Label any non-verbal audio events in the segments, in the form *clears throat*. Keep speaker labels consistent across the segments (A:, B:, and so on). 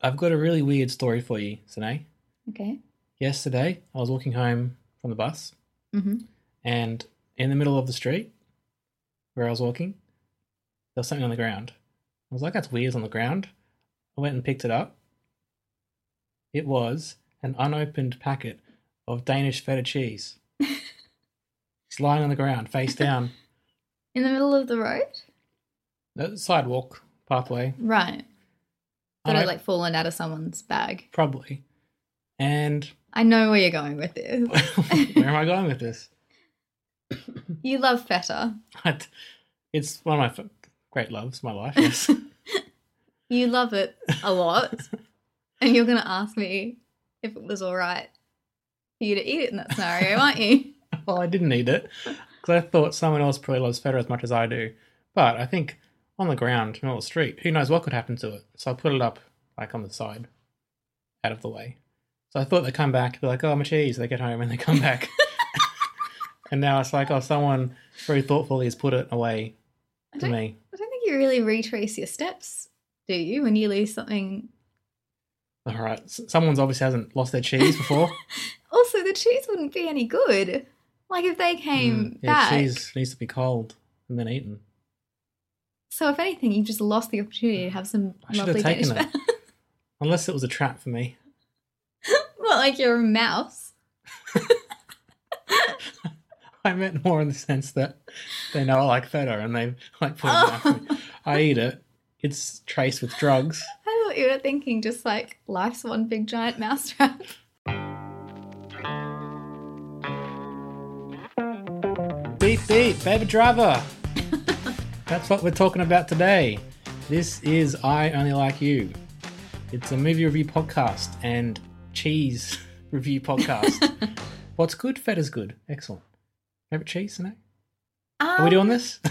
A: I've got a really weird story for you, Sine.
B: Okay.
A: Yesterday, I was walking home from the bus,
B: hmm
A: and in the middle of the street where I was walking, there was something on the ground. I was like, that's weird on the ground. I went and picked it up. It was an unopened packet of Danish feta cheese. it's lying on the ground, face down, *laughs*
B: In the middle of the road?
A: the sidewalk pathway.
B: Right. That
A: Unop-
B: had like fallen out of someone's bag.
A: Probably. And *laughs*
B: I know where you're going with this.
A: where am I going with this?
B: you love feta.
A: But it's one of my f- great loves, my life. Yes.
B: You love it
A: *laughs*
B: a lot. and you're going to ask me if it was all right for you to eat it in that scenario,
A: *laughs*
B: aren't you?
A: well, I didn't need it because I thought someone else probably loves feta as much as I do. But I think on the ground, not the street, who knows what could happen to it? So I put it up like on the side, out of the way. So I thought they'd come back, be like, "Oh, my cheese." They get home and they come back, and now it's like, "Oh, someone very thoughtfully has put it away
B: I
A: to
B: don't,
A: me."
B: I don't think you really retrace your steps, do you, when you lose something?
A: All right, s- someone's obviously hasn't lost their cheese before.
B: Also, the cheese wouldn't be any good. Like if they came
A: Mm, yeah,
B: back.
A: cheese needs to be cold and then eaten.
B: So if anything, you've just lost the opportunity to have some
A: I should have
B: lovely Danish
A: taken it.
B: feta.
A: *laughs* Unless it was a trap for me.
B: Well, like you're a mouse.
A: I meant more in the sense that they know I like feta and they like put it
B: Oh.
A: back for me. I eat it. It's traced with drugs.
B: I thought you were thinking just like life's one big giant *laughs* mousetrap.
A: Beep beep, baby driver. That's what we're talking about today. This is I Only Like You. It's a movie review podcast and cheese *laughs* review *laughs* podcast. What's good? Feta's good. Excellent. Favorite cheese? No?
B: Um,
A: Are we doing this? *laughs*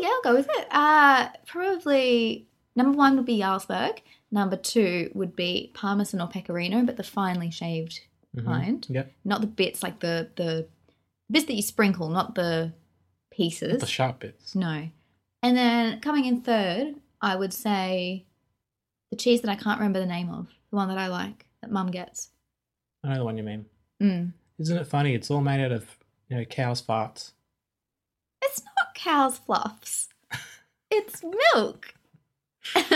B: Yeah, yeah, I'll go with it. Uh, probably number one would be Jarlsberg. Number two would be Parmesan or Pecorino, but the finely shaved
A: Mm-hmm.
B: kind,
A: Yep.
B: not the bits like the the bits that you sprinkle, not the pieces.
A: The sharp bits.
B: No. And then coming in third, I would say the cheese that I can't remember the name of, the one that I like, that mum gets.
A: I know the one you mean.
B: Mm.
A: Isn't it funny? It's all made out of you know cows' farts. *laughs*
B: It's not cow's fluffs, it's milk.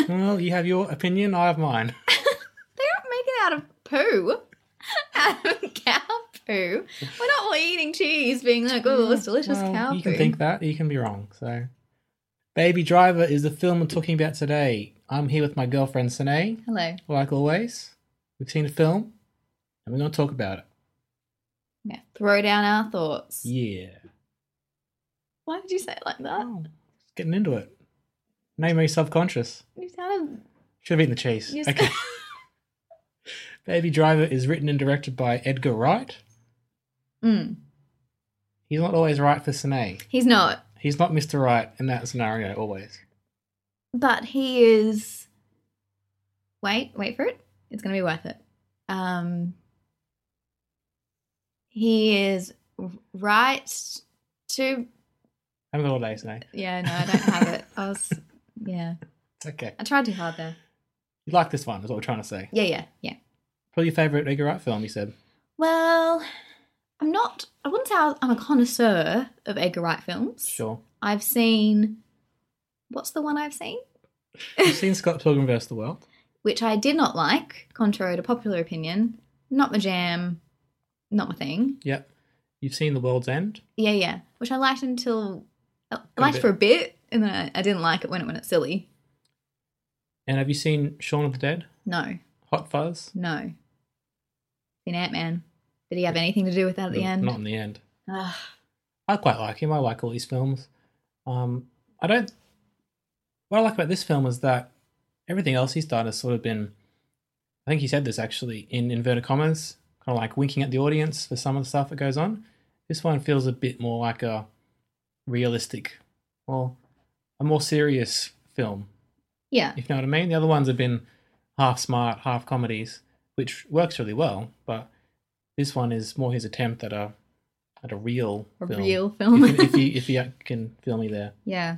A: well, you have your opinion. I have mine.
B: *laughs* They don't make it out of poo, *laughs* out of cow poo. We're not all eating cheese being like, oh, it's delicious
A: Well,
B: cow
A: You
B: poo.
A: can think that. You can be wrong. So, Baby Driver is the film we're talking about today. I'm here with my girlfriend Sine.
B: Hello.
A: Like always, we've seen the film, and we're going to talk about it.
B: Yeah. Throw down our thoughts.
A: Yeah.
B: Why did you say it like that?
A: Oh, just getting into it. Name me subconscious.
B: You sounded.
A: Should have eaten the cheese.
B: You *laughs*
A: Okay. Baby Driver is written and directed by Edgar Wright.
B: Mm.
A: He's not always right for Sine.
B: He's not.
A: He's not Mr. Right in that scenario always.
B: but he is wait wait for it it's going to be worth it um he is r- right to
A: Have a good old day, Sine.
B: yeah no i don't have it i was yeah
A: It's okay.
B: i tried too hard there
A: You like this one, is what we're trying to say.
B: yeah yeah yeah
A: Probably your favourite Edgar Wright film, you said.
B: well i'm not i wouldn't say I- i'm a connoisseur of edgar wright films
A: Sure.
B: i've seen what's the one i've seen
A: *laughs* You've seen Scott Pilgrim vs. the World.
B: which I did not like, contrary to popular opinion. Not my jam, not my thing.
A: Yep. You've seen The World's End.
B: Yeah, yeah. Which I liked until I
A: A
B: liked
A: bit.
B: for a bit, and then I, I didn't like it when it went it's silly.
A: And have you seen Shaun of the Dead?
B: No,
A: Hot Fuzz?
B: no. Seen Ant Man. Did he have anything to do with that at the
A: No,
B: end?
A: Not in the end.
B: Ugh.
A: I quite like him. I like all these films. Um, I don't what I like about this film is that everything else he's done has sort of been, I think he said this actually in inverted commas, kind of like winking at the audience for some of the stuff that goes on. This one feels a bit more like a realistic, well, a more serious film,
B: Yeah.
A: if you know what I mean. The other ones have been half smart, half comedies, which works really well, but this one is more his attempt at a at a real
B: A
A: film.
B: real film.
A: if, you- if you if you can feel me there.
B: *laughs* yeah.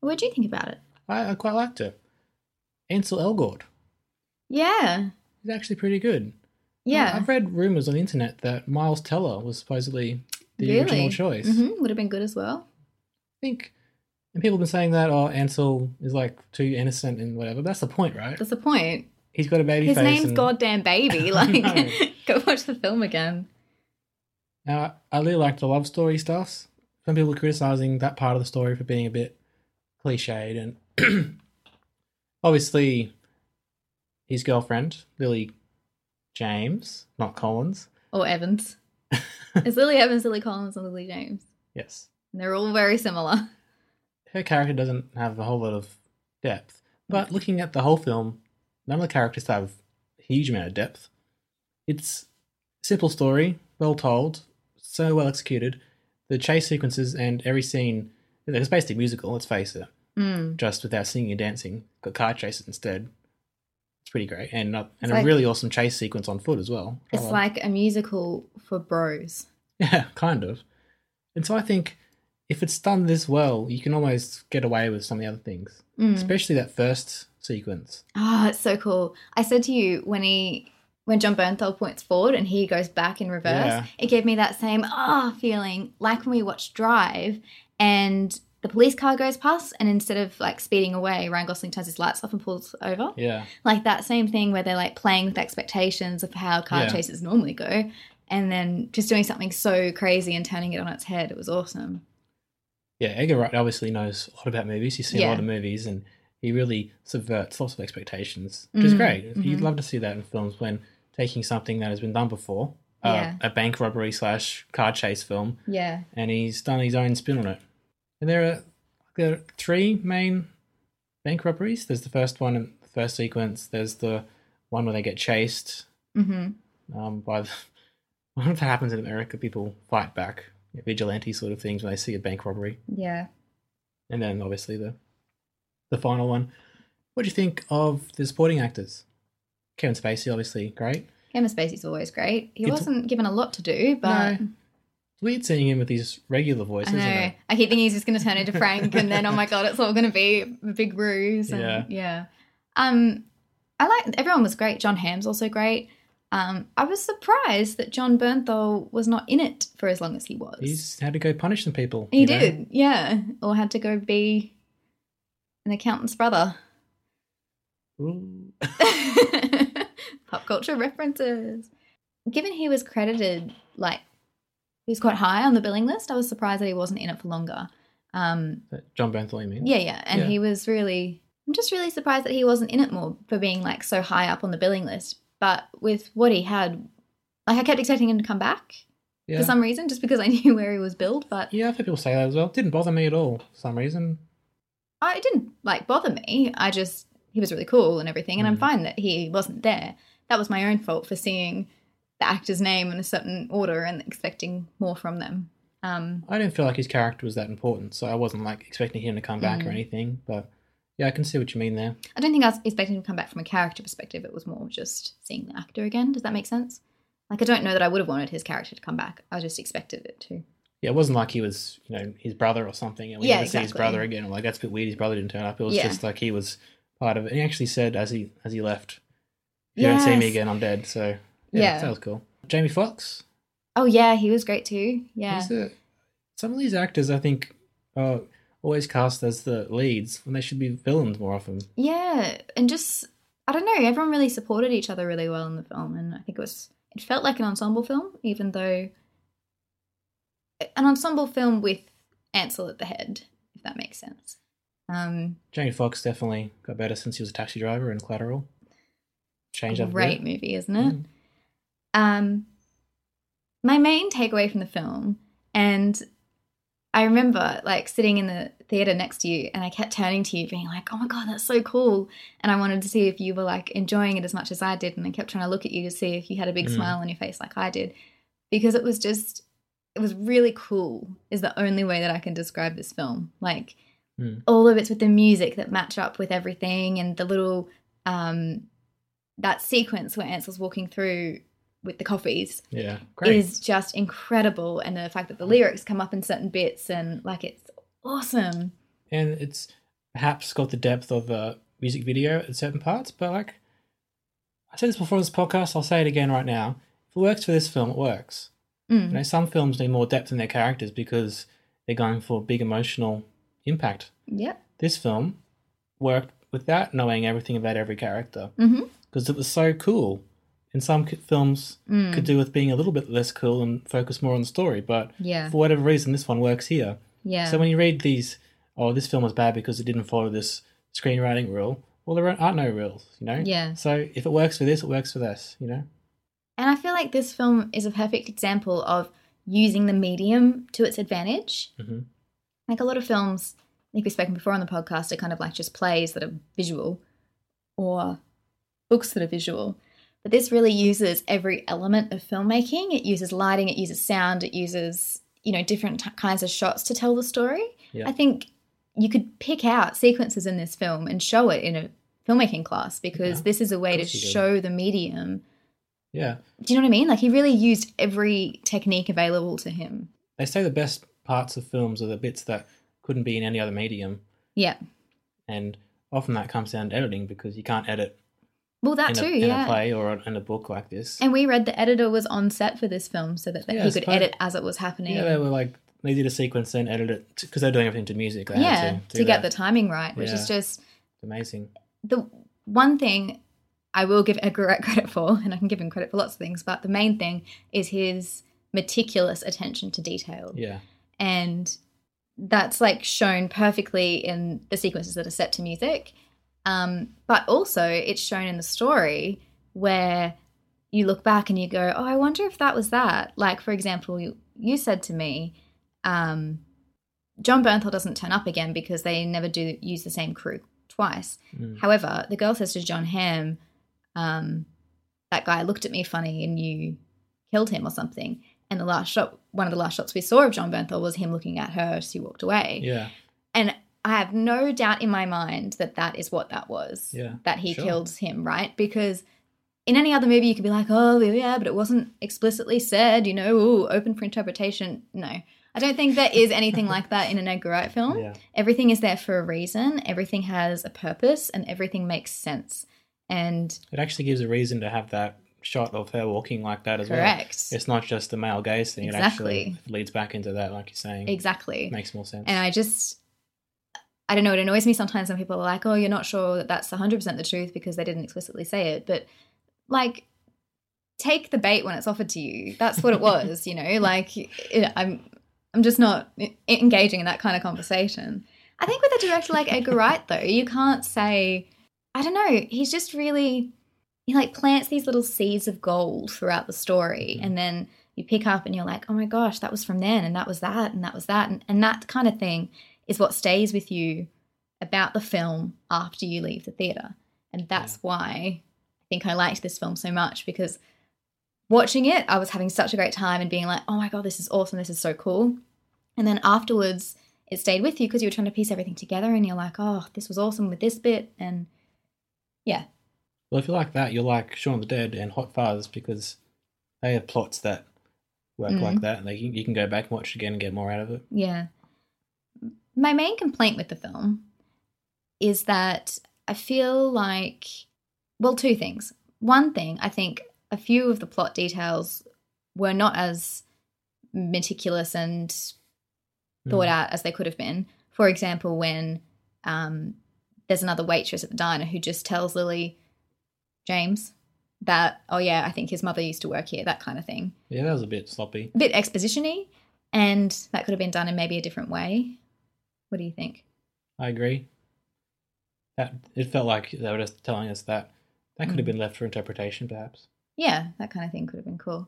B: What do you think about it?
A: I, I quite liked it. Ansel Elgort.
B: Yeah.
A: He's actually pretty good.
B: Yeah.
A: I've read rumors on the internet that Miles Teller was supposedly the original choice.
B: hmm Would have been good as well.
A: I think, and people have been saying that, oh, Ansel is like too innocent and whatever. That's the point, right?
B: That's the point.
A: He's got a baby
B: His
A: face.
B: name's
A: and, *laughs*
B: Goddamn Baby.
A: I
B: Like,
A: know.
B: *laughs* go watch the film again.
A: Now, I really like the love story stuff. Some people are criticizing that part of the story for being a bit cliched, and *clears throat* obviously, his girlfriend Lily James, not Collins.
B: Or Evans.
A: *laughs*
B: it's Lily Evans, Lily Collins, and Lily James.
A: Yes,
B: And they're all very similar.
A: her character doesn't have a whole lot of depth. But looking at the whole film, none of the characters have a huge amount of depth. It's simple story, well told, so well executed. The chase sequences and every scene it's basically musical, let's face it.
B: Mm.
A: Just without singing and dancing. Got car chases instead. It's pretty great. And not, and
B: It's like-
A: a really awesome chase sequence on foot as well.
B: It's
A: Hello.
B: like a musical for bros.
A: *laughs* Yeah, kind of. And so I think if it's done this well, you can almost get away with some of the other things.
B: Mm.
A: especially that first sequence.
B: Oh, it's so cool. I said to you when he. When John Bernthal points forward and he goes back in reverse,
A: Yeah.
B: it gave me that same ah feeling like when we watched Drive and the police car goes past and instead of like speeding away, Ryan Gosling turns his lights off and pulls over.
A: Yeah,
B: like that same thing where they're like playing with expectations of how car
A: Yeah.
B: chases normally go and then just doing something so crazy and turning it on its head it was awesome
A: yeah. Edgar Wright obviously knows a lot about movies. He's seen a lot
B: Yeah.
A: of movies, and he really subverts lots of expectations, which is
B: Mhm,
A: great. You'd
B: mhm.
A: love to see that in films when taking something that has been done before,
B: Yeah.
A: uh, a bank robbery slash car chase film,
B: yeah
A: and he's done his own spin on it. And there are there are three main bank robberies. There's the first one in the first sequence. There's the one where they get chased
B: mm-hmm
A: um, by the, *laughs* I wonder if that happens in America. People fight back, vigilante sort of things when they see a bank robbery,
B: yeah
A: and then obviously the the final one. What do you think of the supporting actors? Kevin Spacey, obviously great.
B: Kevin Spacey's always great. He
A: It's-
B: wasn't given a lot to do, but
A: No. It's weird seeing him with these regular voices.
B: I know.
A: Isn't
B: I
A: it?
B: keep thinking he's just going to turn into Frank, and then oh my god, it's all going to be a big ruse. And,
A: Yeah.
B: yeah, Um, I like everyone was great. John Hamm's also great. Um, I was surprised that John Bernthal was not in it for as long as he was.
A: He's had to go punish some people.
B: He
A: you know?
B: did, yeah. Or had to go be an accountant's brother. *laughs*
A: Ooh.
B: Pop culture references. Given he was credited, like, he was quite high on the billing list, I was surprised that he wasn't in it for longer. Um,
A: That John Bernthal, you mean?
B: yeah, yeah. And
A: Yeah.
B: he was really, I'm just really surprised that he wasn't in it more for being, like, so high up on the billing list. But with what he had, like, I kept expecting him to come back
A: Yeah.
B: for some reason, just because I *laughs* knew where he was billed. But
A: yeah, I've heard people say that as well. Didn't bother me at all for some reason.
B: I, it didn't like bother me. I just he was really cool and everything, and I'm
A: Mm.
B: fine that he wasn't there. That was my own fault for seeing the actor's name in a certain order and expecting more from them. Um,
A: I didn't feel like his character was that important, so I wasn't like expecting him to come back or
B: Mm.
A: anything. But yeah, I can see what you mean there.
B: I don't think I was expecting him to come back from a character perspective. It was more just seeing the actor again. Does that make sense? Like I don't know that I would have wanted his character to come back. I just expected it to.
A: Yeah, it wasn't like he was, you know, his brother or something, and we
B: Yeah,
A: never see his
B: exactly.
A: brother again. Like that's a bit weird. His brother didn't turn up. It was
B: Yeah.
A: just like he was part of it. And he actually said as he as he left, "If you don't see me
B: Yes.
A: again, I'm dead." So yeah,
B: Yeah.
A: that was cool. Jamie Foxx.
B: Oh yeah, he was great too. Yeah,
A: He's a- some of these actors, I think, are always cast as the leads when they should be villains more often.
B: Yeah, and just I don't know, everyone really supported each other really well in the film, and I think it was it felt like an ensemble film, even though an ensemble film with Ansel at the head, if that makes sense. Um,
A: Jamie Foxx definitely got better since he was a taxi driver in Collateral. Changed up. a
B: great
A: bit.
B: movie, isn't it?
A: Mm.
B: Um, my main takeaway from the film, and I remember like sitting in the theater next to you, and I kept turning to you, being like, "Oh my god, that's so cool!" And I wanted to see if you were like enjoying it as much as I did, and I kept trying to look at you to see if you had a big
A: Mm.
B: smile on your face like I did, because it was just, it was really cool. Is the only way that I can describe this film. Like
A: Mm.
B: all of it's with the music that match up with everything, and the little um that sequence where Ansel's walking through with the coffees
A: Yeah. Great.
B: is just incredible and the fact that the lyrics come up in certain bits and like it's awesome
A: and it's perhaps got the depth of a music video at certain parts, but like I said this before on this podcast, I'll say it again right now. If it works for this film, it works.
B: Mm.
A: You know, some films need more depth in their characters because they're going for big emotional impact.
B: yep
A: This film worked without knowing everything about every character
B: hmm
A: because it was so cool. And some c- films
B: Mm.
A: could do with being a little bit less cool and focus more on the story, but
B: yeah
A: for whatever reason, this one works here.
B: yeah
A: So when you read these, oh, this film was bad because it didn't follow this screenwriting rule. Well, there are no rules, you know.
B: Yeah.
A: So if it works for this, it works for this, you know.
B: and i feel like this film is a perfect example of using the medium to its advantage
A: Mhm.
B: like a lot of films i think we've spoken before on the podcast are kind of like just plays that are visual or books that are visual but this really uses every element of filmmaking it uses lighting it uses sound it uses you know different t- kinds of shots to tell the story
A: Yeah.
B: i think you could pick out sequences in this film and show it in a filmmaking class because
A: Yeah,
B: this is a way to
A: course you could.
B: show the medium
A: Yeah.
B: do you know what i mean like he really used every technique available to him
A: They say the best parts of films are the bits that couldn't be in any other medium,
B: yeah
A: and often that comes down to editing because you can't edit
B: well that
A: in,
B: too
A: a, in
B: yeah
A: a play or in a book like this.
B: And we read the editor was on set for this film so that, that
A: Yeah,
B: he
A: it's
B: could
A: quite-
B: edit as it was happening.
A: yeah, they were like they did a sequence and edited it because they're doing everything to music. They had
B: Yeah,
A: to,
B: to,
A: do
B: get the
A: that.
B: timing right, which is
A: Yeah.
B: just
A: amazing.
B: the one thing I will give Edgar *laughs* Wright credit for, and I can give him credit for lots of things, but the main thing is his meticulous attention to detail.
A: Yeah,
B: And that's like shown perfectly in the sequences that are set to music. Um, but also, it's shown in the story where you look back and you go, "Oh, I wonder if that was that." Like, for example, you, you said to me, um, "John Bernthal doesn't turn up again because they never do use the same crew twice."
A: Mm.
B: However, the girl says to John Hamm, um, "That guy looked at me funny, and you killed him or something." And the last shot, one of the last shots we saw of John Bernthal was him looking at her as she walked away.
A: yeah,
B: And I have no doubt in my mind that that is what that was.
A: Yeah,
B: That he
A: sure.
B: killed him, right? Because in any other movie, you could be like, oh, yeah, but it wasn't explicitly said, you know, ooh, open for interpretation. No. I don't think there
A: *laughs*
B: is anything like that in an Edgar Wright film.
A: Yeah.
B: Everything is there for a reason, everything has a purpose, and everything makes sense. And
A: it actually gives a reason to have that shot of her walking like that as well.
B: correct.
A: It's not just the male gaze thing. It
B: Exactly.
A: actually leads back into that, like you're saying.
B: Exactly.
A: Makes more sense.
B: And I just, I don't know, it annoys me sometimes when people are like, oh, you're not sure that that's 100% the truth because they didn't explicitly say it. But like, take the bait when it's offered to you. That's what it was, you know? Like, it, I'm, I'm just not e- engaging in that kind of conversation. I think with a director like Edgar Wright, though, you can't say, I don't know, he's just really, he like plants these little seeds of gold throughout the story.
A: Mhm.
B: And then you pick up and you're like, oh my gosh, that was from then, and that was that, and that was that. And, and that kind of thing is what stays with you about the film after you leave the theatre. And that's why I think I liked this film so much because watching it, I was having such a great time and being like, oh my God, this is awesome. This is so cool. And then afterwards, it stayed with you because you were trying to piece everything together and you're like, oh, this was awesome with this bit. And yeah,
A: well, if you like that, you'll like Shaun of the Dead and Hot Fathers because they have plots that work
B: Mm.
A: like that. And they, you can go back and watch again and get more out of it.
B: yeah. My main complaint with the film is that I feel like, well, two things. One thing, I think a few of the plot details were not as meticulous and thought
A: Mm.
B: out as they could have been. For example, when um, there's another waitress at the diner who just tells Lily James that, oh yeah, I think his mother used to work here, that kind of thing.
A: Yeah, that was a bit sloppy.
B: A bit expositiony, and that could have been done in maybe a different way. What do you think?
A: I agree. That It felt like they were
B: Mm.
A: just telling us that. That could have been left for interpretation, perhaps.
B: Yeah, that kind of thing could have been cool.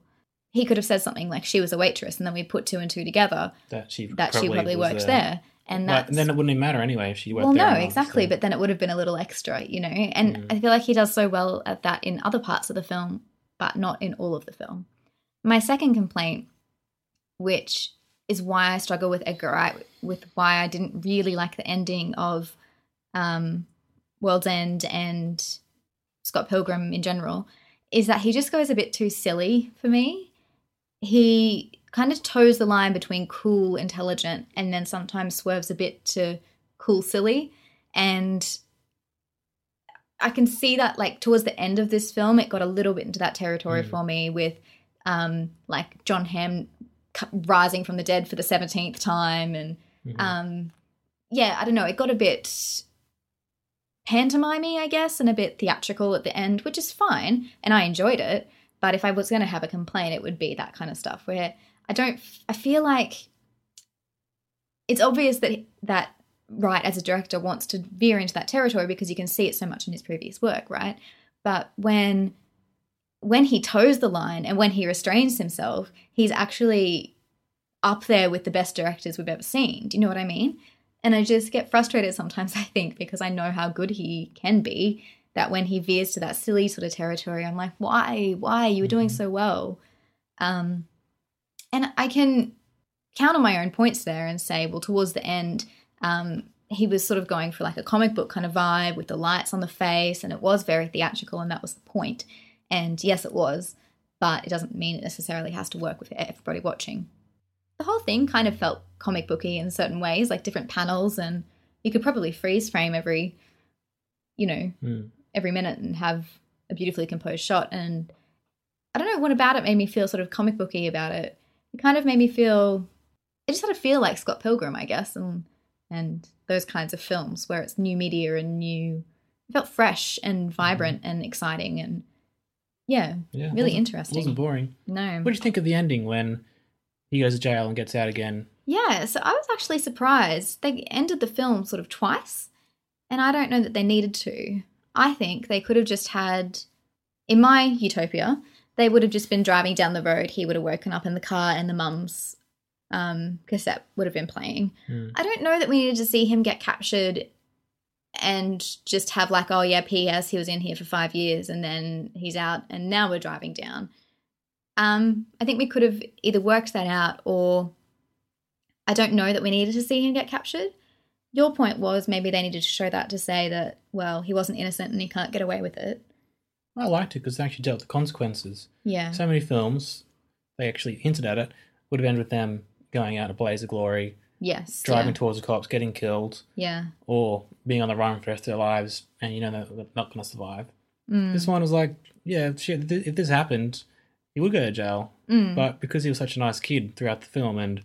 B: he could have said something like she was a waitress, and then we put two and two together
A: that she
B: that she probably
A: was
B: worked there, and
A: Like,
B: that's
A: then it wouldn't even matter anyway if she worked
B: well,
A: there.
B: no,
A: or not,
B: exactly.
A: so-
B: But then it would have been a little extra, you know. And
A: Mm.
B: I feel like he does so well at that in other parts of the film, but not in all of the film. My second complaint, which is why I struggle with Edgar Wright, with why I didn't really like the ending of um, World's End and Scott Pilgrim in general, is that he just goes a bit too silly for me. He kind of toes the line between cool, intelligent, and then sometimes swerves a bit to cool, silly. And I can see that, like, towards the end of this film, it got a little bit into that territory
A: Mm.
B: for me with, um, like, John Hamm c- rising from the dead for the 17th time and
A: Mhm.
B: um yeah i don't know it got a bit pantomimey i guess and a bit theatrical at the end which is fine and i enjoyed it but if i was going to have a complaint it would be that kind of stuff where i don't i feel like it's obvious that that Wright as a director wants to veer into that territory because you can see it so much in his previous work, right? But when when he toes the line and when he restrains himself, he's actually up there with the best directors we've ever seen. Do you know what I mean? And I just get frustrated sometimes, *laughs* I think, because I know how good he can be. That when he veers to that silly sort of territory, I'm like, why? Why? You were doing
A: Mhm.
B: so well. Um, and I can counter my own points there and say, well, towards the end, um, he was sort of going for like a comic book kind of vibe with the lights on the face, and it was very theatrical, and that was the point. And yes, it was, but it doesn't mean it necessarily has to work with everybody watching. The whole thing kind of felt comic booky in certain ways, like different panels, and you could probably freeze frame every, you know,
A: Mm.
B: every minute and have a beautifully composed shot. And I don't know what about it made me feel sort of comic booky about it. It kind of made me feel. It just had to feel like Scott Pilgrim, I guess, and and those kinds of films where it's new media and new. It felt fresh and vibrant and exciting and yeah,
A: Yeah, it
B: really
A: wasn't- It
B: interesting.
A: wasn't boring.
B: No.
A: What do you think of the ending when he goes to jail and gets out again?
B: Yeah, so I was actually surprised. They ended the film sort of twice, and I don't know that they needed to. I think they could have just had, in my utopia, they would have just been driving down the road. He would have woken up in the car, and the mum's um, cassette would have been playing.
A: Mm.
B: I don't know that we needed to see him get captured and just have, like, oh, yeah, P.S., he was in here for five years, and then he's out, and now we're driving down. Um, I think we could have either worked that out or I don't know that we needed to see him get captured. Your point was maybe they needed to show that to say that, well, he wasn't innocent and he can't get away with it.
A: I liked it because they actually dealt with the consequences.
B: Yeah.
A: So many films, they actually hinted at it, would have ended with them going out in a blaze of glory,
B: yes.
A: driving
B: yeah.
A: towards the cops, getting killed,
B: yeah.
A: or being on the run for the rest of their lives, and you know they're they're not going to survive.
B: Mm.
A: This one was like, yeah, shit, th- if this happened, he would go to jail.
B: Mm.
A: But because he was such a nice kid throughout the film, and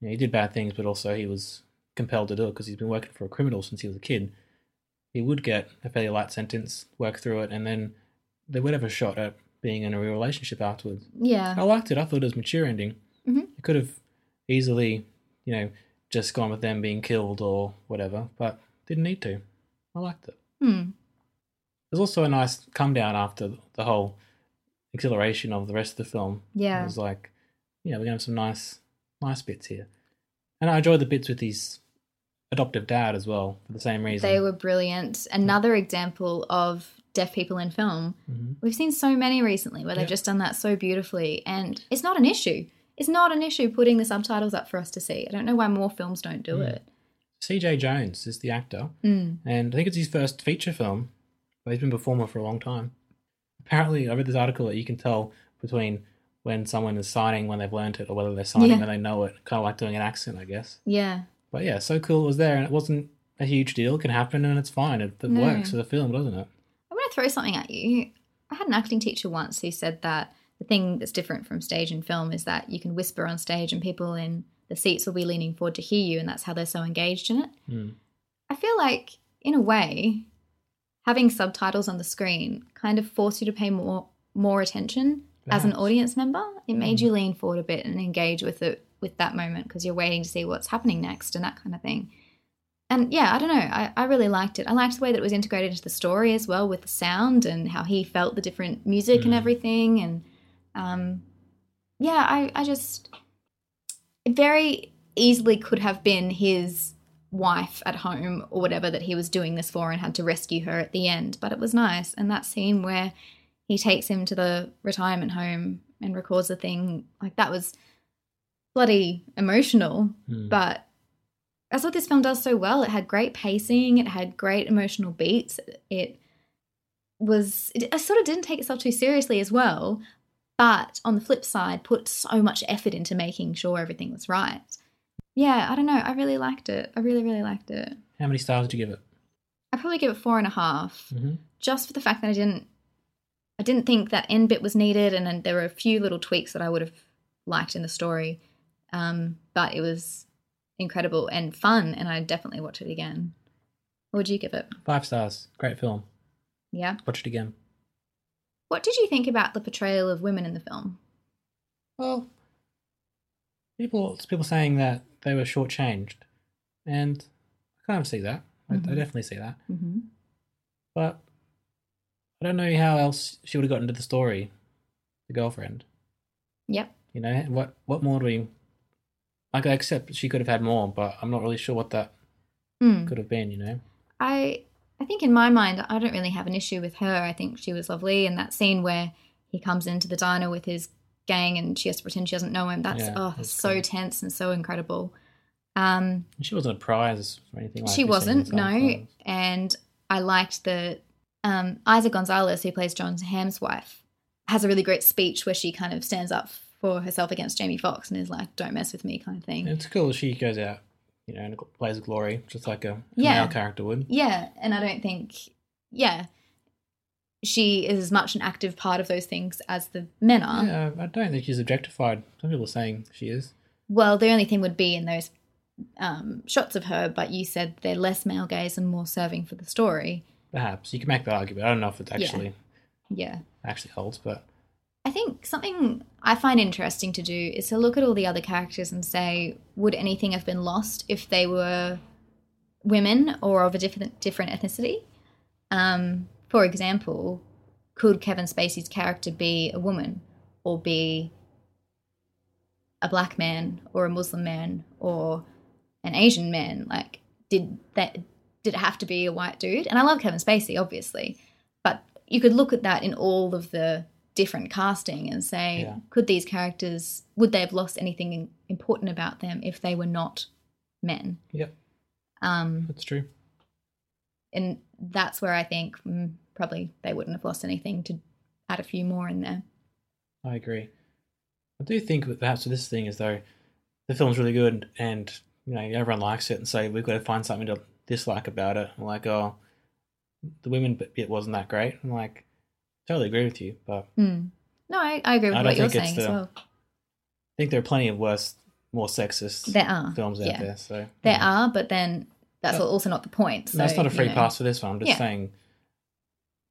A: you know, he did bad things, but also he was compelled to do it because he's been working for a criminal since he was a kid, he would get a fairly light sentence, work through it, and then they would have a shot at being in a real relationship afterwards. I
B: yeah.
A: liked it. I thought it was a mature ending.
B: Mhm.
A: It could have easily, you know, just gone with them being killed or whatever, but didn't need to. I liked it.
B: Mm.
A: There's also a nice come down after the whole exhilaration of the rest of the film. It
B: Yeah.
A: was like, yeah, we're gonna have some nice, nice bits here, and I enjoyed the bits with his adoptive dad as well for the same reason.
B: They were brilliant. Another example of deaf people in film.
A: Mhm.
B: We've seen so many recently where they've
A: Yeah.
B: just done that so beautifully, and it's not an issue. It's not an issue putting the subtitles up for us to see. I don't know why more films don't do
A: Mm.
B: it.
A: C.J. Jones is the actor,
B: Mm.
A: and I think it's his first feature film. But he's been a performer for a long time. Apparently, I read this article that you can tell between when someone is signing when they've learnt it or whether they're signing
B: Yeah.
A: when they know it. Kind of like doing an accent, I guess.
B: Yeah.
A: But yeah, so cool it was there, and it wasn't a huge deal. It can happen, and it's fine. It, it
B: No.
A: works for the film, doesn't it?
B: I'm going to throw something at you. I had an acting teacher once who said that the thing that's different from stage and film is that you can whisper on stage and people in the seats will be leaning forward to hear you, and that's how they're so engaged in it.
A: Mm.
B: I feel like, in a way, having subtitles on the screen kind of forced you to pay more more attention as an
A: Perhaps.
B: audience member. It made you lean forward a bit and engage with it with that moment because you're waiting to see what's happening next and that kind of thing. And yeah, I don't know. I, I really liked it. I liked the way that it was integrated into the story as well with the sound and how he felt the different music and
A: Mm.
B: everything. And um, yeah, I, I just it very easily could have been his wife at home or whatever that he was doing this for and had to rescue her at the end. But it was nice. And that scene where he takes him to the retirement home and records the thing, like that was bloody emotional.
A: Hmm.
B: But that's what this film does so well. It had great pacing, it had great emotional beats. It was it, it sort of didn't take itself too seriously as well, but on the flip side, put so much effort into making sure everything was right. Yeah, I don't know. I really liked it. I really, really liked it.
A: How many stars did you give it?
B: I probably give it four and a half,
A: Mm-hmm.
B: just for the fact that I didn't, I didn't think that end bit was needed, and then there were a few little tweaks that I would have liked in the story, um, but it was incredible and fun, and I definitely watch it again. What would you give it?
A: Five stars. Great film.
B: Yeah.
A: Watch it again.
B: What did you think about the portrayal of women in the film?
A: Well, people people saying that they were shortchanged, and I kind of see that. I, I
B: Mhm.
A: definitely see that.
B: Mm-hmm.
A: But I don't know how else she would have gotten into the story. The girlfriend,
B: Yep.
A: you know, what what more do we? Like I accept she could have had more, but I'm not really sure what that
B: Hmm.
A: could have been. You know,
B: I I think in my mind I don't really have an issue with her. I think she was lovely and that scene where he comes into the diner with his gang and she has to pretend she doesn't know him. That's
A: Yeah,
B: oh
A: that's
B: that's so
A: cool.
B: tense and so incredible. Um
A: she wasn't a prize or anything like.
B: she
A: you see
B: wasn't,
A: in some
B: no.
A: films.
B: And I liked the um Isa Gonzalez who plays John Hamm's wife has a really great speech where she kind of stands up for herself against Jamie Foxx and is like, Don't mess with me kind of thing.
A: It's cool. She goes out, you know, and plays glory, just like a, a
B: Yeah.
A: male character would.
B: Yeah, and I don't think, yeah, she is as much an active part of those things as the men are.
A: Yeah, I don't think she's objectified. Some people are saying she is.
B: Well, the only thing would be in those um, shots of her, but you said they're less male gaze and more serving for the story.
A: Perhaps you can make that argument. I don't know if it actually
B: Yeah.
A: actually holds, but
B: I think something I find interesting to do is to look at all the other characters and say, would anything have been lost if they were women or of a different different ethnicity? Um, for example, could Kevin Spacey's character be a woman or be a black man or a Muslim man or an Asian man? Like, did that did it have to be a white dude? And I love Kevin Spacey, obviously, but you could look at that in all of the different casting and say,
A: Yeah.
B: could these characters would they have lost anything important about them if they were not men?
A: yep,
B: Um,
A: that's true.
B: and that's where I think mm, probably they wouldn't have lost anything to add a few more in there.
A: I agree. I do think that perhaps this thing is though, the film's really good, and you know everyone likes it, and so we've got to find something to dislike about it. I'm like, oh, the women bit- bit wasn't that great. I'm like, totally agree with you, but I
B: Mm. No, I, I agree with
A: I don't
B: what you're
A: think it's
B: saying as
A: the-
B: well.
A: think there are plenty of worse, more sexist
B: There are
A: films out
B: yeah.
A: there. So
B: There
A: yeah.
B: are, but then that's
A: Yeah.
B: also not the point. So,
A: That's not a
B: you
A: free
B: know,
A: pass for this one. I'm just
B: Yeah.
A: saying,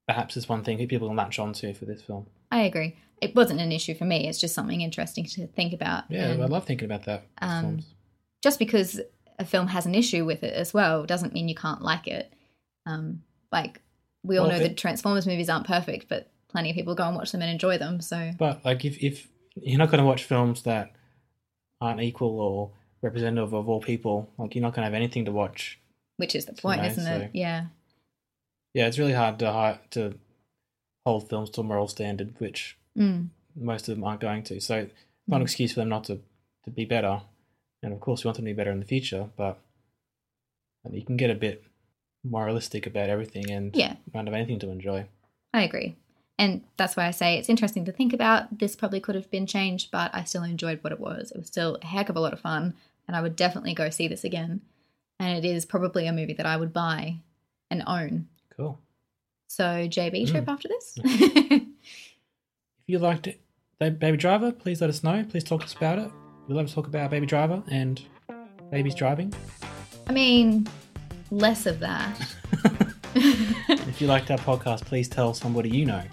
A: perhaps it's one thing that people latch onto for this film.
B: I agree. It wasn't an issue for me. It's just something interesting to think about.
A: Yeah,
B: And
A: I love thinking about that. with
B: um,
A: films.
B: just because a film has an issue with it as well doesn't mean you can't like it. Um, like we all
A: Well,
B: know
A: it-
B: that Transformers movies aren't perfect, but plenty of people go and watch them and enjoy them. So
A: But like, if if you're not going to watch films that aren't equal or representative of all people, like you're not going to have anything to watch.
B: which is the point,
A: know,
B: isn't
A: so-
B: it? Yeah.
A: Yeah, it's really hard to hi- to hold films to a moral standard, which
B: Mm.
A: most of them aren't going to. So it's not an excuse for them not to to be better. And of course, we want them to be better in the future, but I mean, you can get a bit moralistic about everything and
B: Yeah.
A: won't have anything to enjoy.
B: I agree. And that's why I say it's interesting to think about. This probably could have been changed, but I still enjoyed what it was. It was still a heck of a lot of fun, and I would definitely go see this again. And it is probably a movie that I would buy and own.
A: Cool.
B: So, JB, trip after this?
A: If you liked it, Ba- Baby Driver, please let us know. Please talk to us about it. We love to talk about Baby Driver and babies driving.
B: *laughs* I mean, less of that.
A: If you liked our podcast, please tell somebody you know,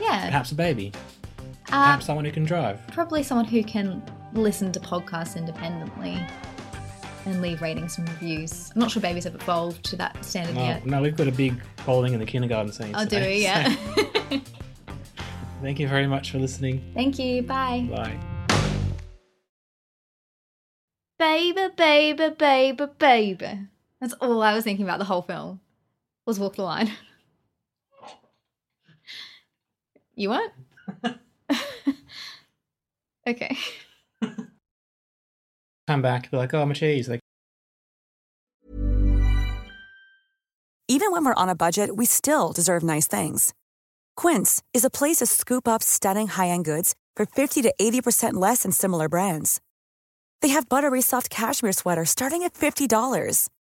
B: Yeah.
A: perhaps a baby,
B: Uh,
A: perhaps someone who can drive.
B: probably someone who can listen to podcasts independently and leave ratings and reviews. I'm not sure babies have evolved to that standard
A: No,
B: yet.
A: Oh, no, we've got a big polling in the kindergarten scene.
B: I'll
A: *laughs*
B: do
A: today.
B: it, yeah. *laughs*
A: Thank you very much for listening.
B: Thank you. Bye.
A: Bye.
B: baby, baby, baby, baby. That's all I was thinking about the whole film. Was walk the line. You weren't? *laughs* okay.
A: Come back, be like, oh, I'm a cheese. Like,
C: Even when we're on a budget, we still deserve nice things. Quince is a place to scoop up stunning high end goods for 50 to 80% less than similar brands. They have buttery soft cashmere sweaters starting at $50,